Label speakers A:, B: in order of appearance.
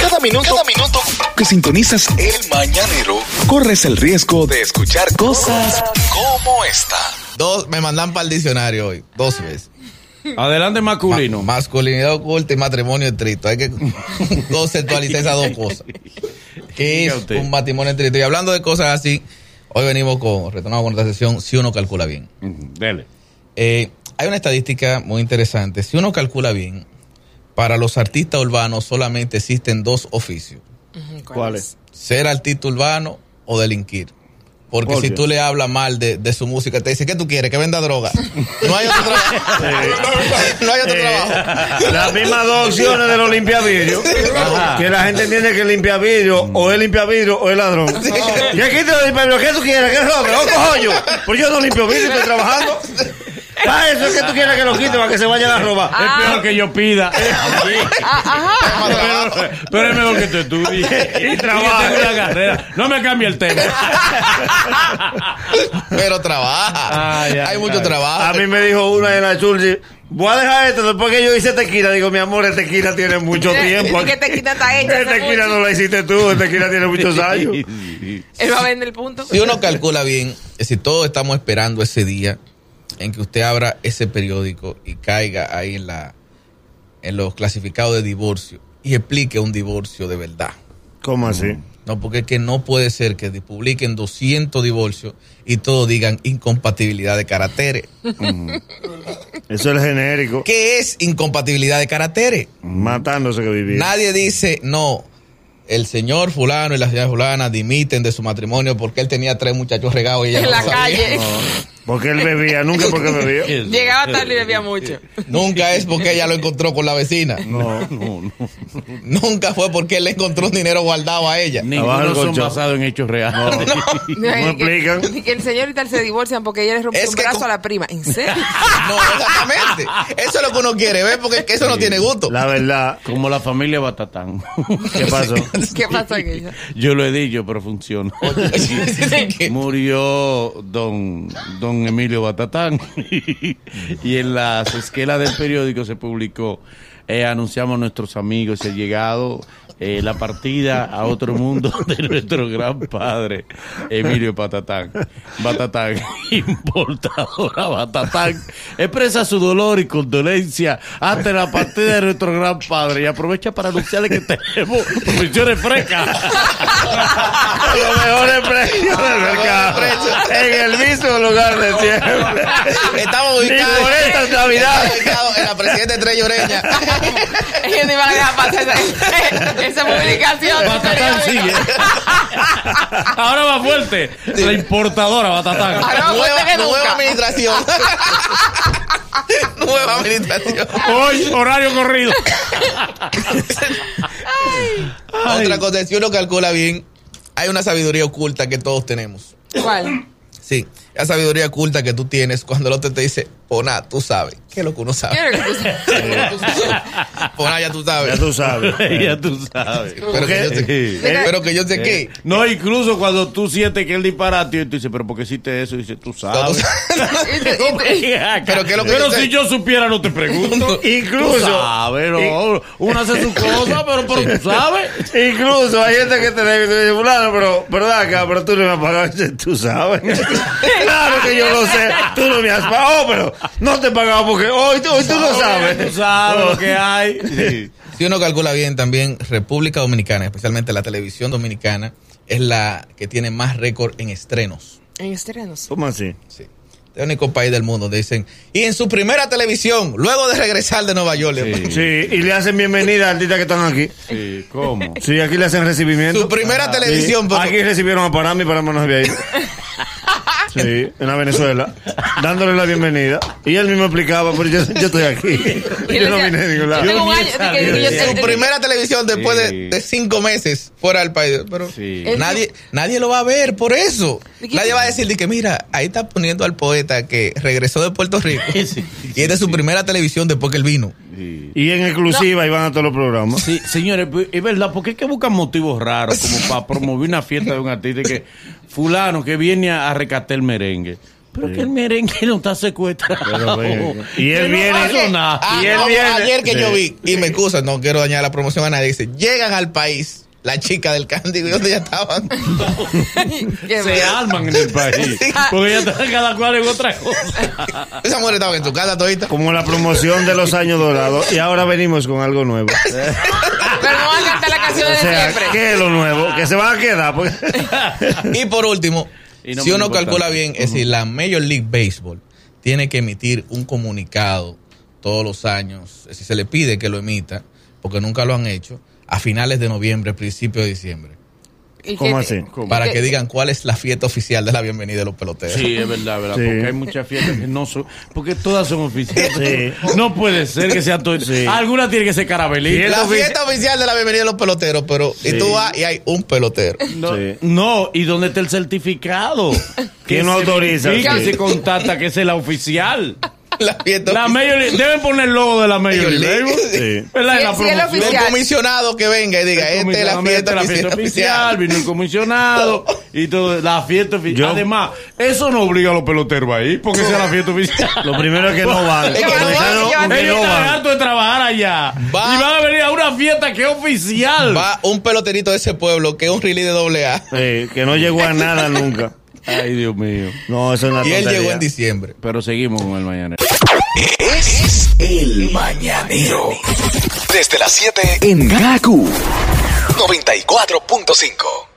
A: Cada minuto, cada minuto que sintonizas el mañanero, corres el riesgo de escuchar cosas como esta.
B: Dos, me mandan para el diccionario hoy, dos veces.
C: Adelante masculino.
B: Ma- masculinidad oculta y matrimonio estricto. Hay que conceptualizar esas dos cosas. ¿Qué
C: Diga
B: es
C: usted.
B: un matrimonio estricto? Y hablando de cosas así, hoy venimos con, retornamos con esta sesión, si uno calcula bien.
C: Mm, Dele.
B: Eh, hay una estadística muy interesante. Si uno calcula bien, para los artistas urbanos solamente existen dos oficios.
C: ¿Cuál es?
B: Ser artista urbano o delinquir. Porque
C: ¿Por
B: si
C: qué?
B: tú le hablas mal de, de su música, te dice, ¿qué tú quieres? Que venda droga. No hay otro, tra- no hay otro trabajo.
D: Las mismas dos opciones de los limpiavidrios. Que la gente entiende que el limpiavidrio o es limpiavidrio o es ladrón. Y aquí te lo limpiavidrio, ¿qué tú quieres? ¿Qué robe? ¿O cojo yo? Pues yo no limpio vidrio, estoy trabajando. Para eso es que tú quieres que lo quite para que se vayan a robar.
E: Ah.
C: Es peor que yo pida.
D: Ah,
C: pero, pero es mejor que tú estudies.
D: Y trabaja.
C: Y que tenga una carrera. No me cambie el tema.
B: Pero trabaja.
C: Ay, ay,
B: Hay mucho
C: ay.
B: trabajo.
D: A mí me dijo una en la church, voy a dejar esto después que yo hice tequila. Digo, mi amor, el tequila tiene mucho tiempo.
E: que
D: El
E: tequila está hecha. hace
D: tequila
E: mucho.
D: no la hiciste tú, el tequila tiene muchos años.
E: Él va a vender el punto.
B: Si uno calcula bien, es si todos estamos esperando ese día en que usted abra ese periódico y caiga ahí en la en los clasificados de divorcio y explique un divorcio de verdad.
D: ¿Cómo así?
B: No, porque es que no puede ser que publiquen 200 divorcios y todos digan incompatibilidad de caracteres.
D: Eso es el genérico.
B: ¿Qué es incompatibilidad de caracteres?
D: Matándose que vivía.
B: Nadie dice, no, el señor fulano y la señora fulana dimiten de su matrimonio porque él tenía tres muchachos regados y ella
E: En
B: no
E: la
B: lo sabía.
E: calle.
D: Porque él bebía, nunca porque bebió.
E: Llegaba tarde y bebía mucho.
B: Nunca es porque ella lo encontró con la vecina.
D: No,
B: Nunca fue porque él le encontró un dinero guardado a ella.
D: Abajo el
C: Ninguno son
D: colchón.
C: basados en hechos reales.
E: No
D: explican.
E: Que el señor y tal se divorcian porque ella le rompió
B: Es
E: un
B: que
E: brazo
B: con-
E: a la prima. ¿En serio?
B: No, exactamente. Eso es lo que uno quiere ver porque es que eso no tiene gusto.
D: la verdad,
C: Como la familia Batatán.
D: ¿qué pasó?
E: ¿Qué pasó en ella?
C: Yo lo he dicho, pero funciona. Murió don, don Emilio Batatán y en las esquelas del periódico se publicó, eh, anunciamos a nuestros amigos, el llegado, eh, la partida a otro mundo de nuestro gran padre, Emilio Patatán. Batatán, importadora Batatán, expresa su dolor y condolencia ante la partida de nuestro gran Ah, padre y aprovecha para anunciarle que tenemos provisiones frescas. Ah,
D: Los mejores precios del mercado. En el mismo lugar de siempre.
B: Estamos
D: Ni por
B: ubicados.
D: estas
B: estamos
D: navidades.
B: ubicados en la presidenta Estrella Ureña.
E: Ellos no iban a dejar pasar esa, esa publicación.
C: Batatán sigue. Ahora más fuerte. La importadora Batatán.
E: Ahora vamos a
B: Nueva,
E: tener
B: nueva
E: nunca.
B: administración. nueva administración.
C: Hoy, horario corrido.
B: Otra cosa, si uno calcula bien, hay una sabiduría oculta que todos tenemos.
E: ¿Cuál?
B: Sí, la sabiduría oculta que tú tienes cuando el otro te dice, Pona, tú sabes. ¿Qué es lo que uno sabe?
E: Quiero que tú sepas.
B: Pona, ya tú sabes.
D: Ya tú sabes.
C: ya tú sabes.
B: Pero que yo sé,
C: Eh,
B: pero que yo sé qué.
C: No, incluso cuando tú sientes que el disparate y tú dices, pero ¿por qué hiciste eso? Y dices, tú
B: Todo-
C: sabes.
E: Y te- y te-
B: Pero ¿qué es lo que yo sé?
C: si yo supiera, no te pregunto. Tú
D: Incluso,
C: sabes, no. Uno hace su cosa, pero, pero tú sabes.
D: incluso hay gente que te debe te dice, fulano, pero, ¿verdad acá? Pero tú no me has pagado. Y dices, Tú sabes. Claro que yo lo sé. Tú no me has pagado, pero no te he pagado porque hoy tú, hoy tú lo
C: Ah, Tú
D: sabes.
C: sabes lo que hay.
B: Si uno calcula bien también, República Dominicana, especialmente la televisión dominicana, es la que tiene más récord en estrenos.
E: En este estrenos.
D: ¿Cómo así?
B: Sí. Es el único país del mundo donde dicen, y en su primera televisión, luego de regresar de Nueva York, le-
D: Sí, y le hacen bienvenida a artistas que están aquí.
C: Sí, ¿cómo? Ah,
D: Sí, aquí le hacen recibimiento.
B: su primera televisión,
D: Sí,
B: pero-
D: Aquí recibieron a Panamá y Panamá no había ido. Sí, en la Venezuela, dándole la bienvenida. Y él mismo explicaba, pero yo, yo estoy aquí.
E: Y
D: Yo
E: él
D: no
E: decía,
D: vine de ningún
E: yo
D: lado.
E: tengo un
C: Yo ni
E: año-
C: sabía.
E: que- que yo te-
B: su primera televisión después de-
C: Sí.
B: de, cinco meses fuera del país. Pero
C: Sí.
B: nadie, nadie lo va a ver por eso.
E: ¿De qué-
B: Nadie va a decir de que, mira, ahí está poniendo al poeta que regresó de Puerto Rico y es de su primera televisión después que él vino.
D: Y en exclusiva iban a todos los programas.
C: Sí, señores, pues, es verdad, porque es que buscan motivos raros como para promover una fiesta de un artista que fulano que viene a, a recatar el merengue. Pero que el merengue no está secuestrado.
D: Pero ven, y él
C: Que no
D: viene-
C: pasó nada.
B: Ah,
D: Y él
B: no,
D: viene-
B: ayer que yo
D: Sí.
B: vi, y me excusa, no quiero dañar la promoción a nadie, dice, llegan al país la chica del candy, ¿y dónde ya estaban?
C: se
E: Qué bello.
C: arman en el país.
E: ah.
C: Porque ya están cada cual en otra cosa.
B: Esa mujer estaba en su casa todita.
D: Como la promoción de los años dorados. Y ahora venimos con algo nuevo.
E: Pero no van a cantar la canción
D: O
E: de
D: sea,
E: siempre.
D: ¿qué es lo nuevo? Que se van a quedar. porque-
B: Y por último,
C: Y no
B: si
C: muy
B: uno
C: importante.
B: calcula bien, es decir, la Major League Baseball tiene que emitir un comunicado todos los años, si se le pide que lo emita, porque nunca lo han hecho, a finales de noviembre, principio de diciembre,
E: ¿Y
D: ¿Cómo
E: qué-
D: así?
B: para
E: ¿Qué?
B: que digan cuál es la fiesta oficial de la bienvenida de los peloteros.
C: Sí, es verdad, verdad.
D: Sí.
C: Porque hay muchas fiestas que no son. Porque todas son oficiales.
D: Sí.
C: No puede ser que sean todas.
D: Sí.
C: Alguna tiene que ser caramelita.
B: La fiesta oficial de la bienvenida de los peloteros, pero y tú vas y hay un pelotero.
C: No,
D: Sí.
C: no, ¿y dónde está el certificado?
D: ¿Quién lo
C: se
D: autoriza?
C: verifica y
D: Sí.
C: se contacta que esa es la oficial.
B: La fiesta
C: La
B: oficial.
C: Major League- deben poner el logo de la Major
B: Major
C: League.
B: League.
C: Baseball. ¿Verdad?
E: Sí,
C: En la
E: sí, es la
C: promoción.
E: oficial.
B: del comisionado que venga y diga, esta Este es la
C: Comisionadamente,
B: fiesta, oficial, oficial.
C: vino el comisionado y todo, la fiesta oficial.
D: Yo-
C: Además, eso no obliga a los peloteros a ir, porque sea la fiesta oficial.
D: Lo primero es que no van.
B: Es que no
D: Lo primero
E: van,
D: es que
C: Ellos
D: no
C: están
D: van.
C: hartos de trabajar allá.
B: Va.
C: Y van a venir a una fiesta que es oficial.
B: Va un peloterito de ese pueblo que es un release de doble A.
D: Sí, que no llegó a nada nunca.
C: Ay, Dios mío.
D: No, eso es una
B: Y él
D: tontería.
B: llegó en diciembre.
C: Pero seguimos con el mañana.
A: Es el mañanero. Desde las 7 en Gaku 94.5.